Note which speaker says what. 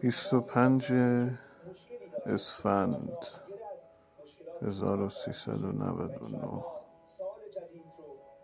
Speaker 1: 25 اسفند 1399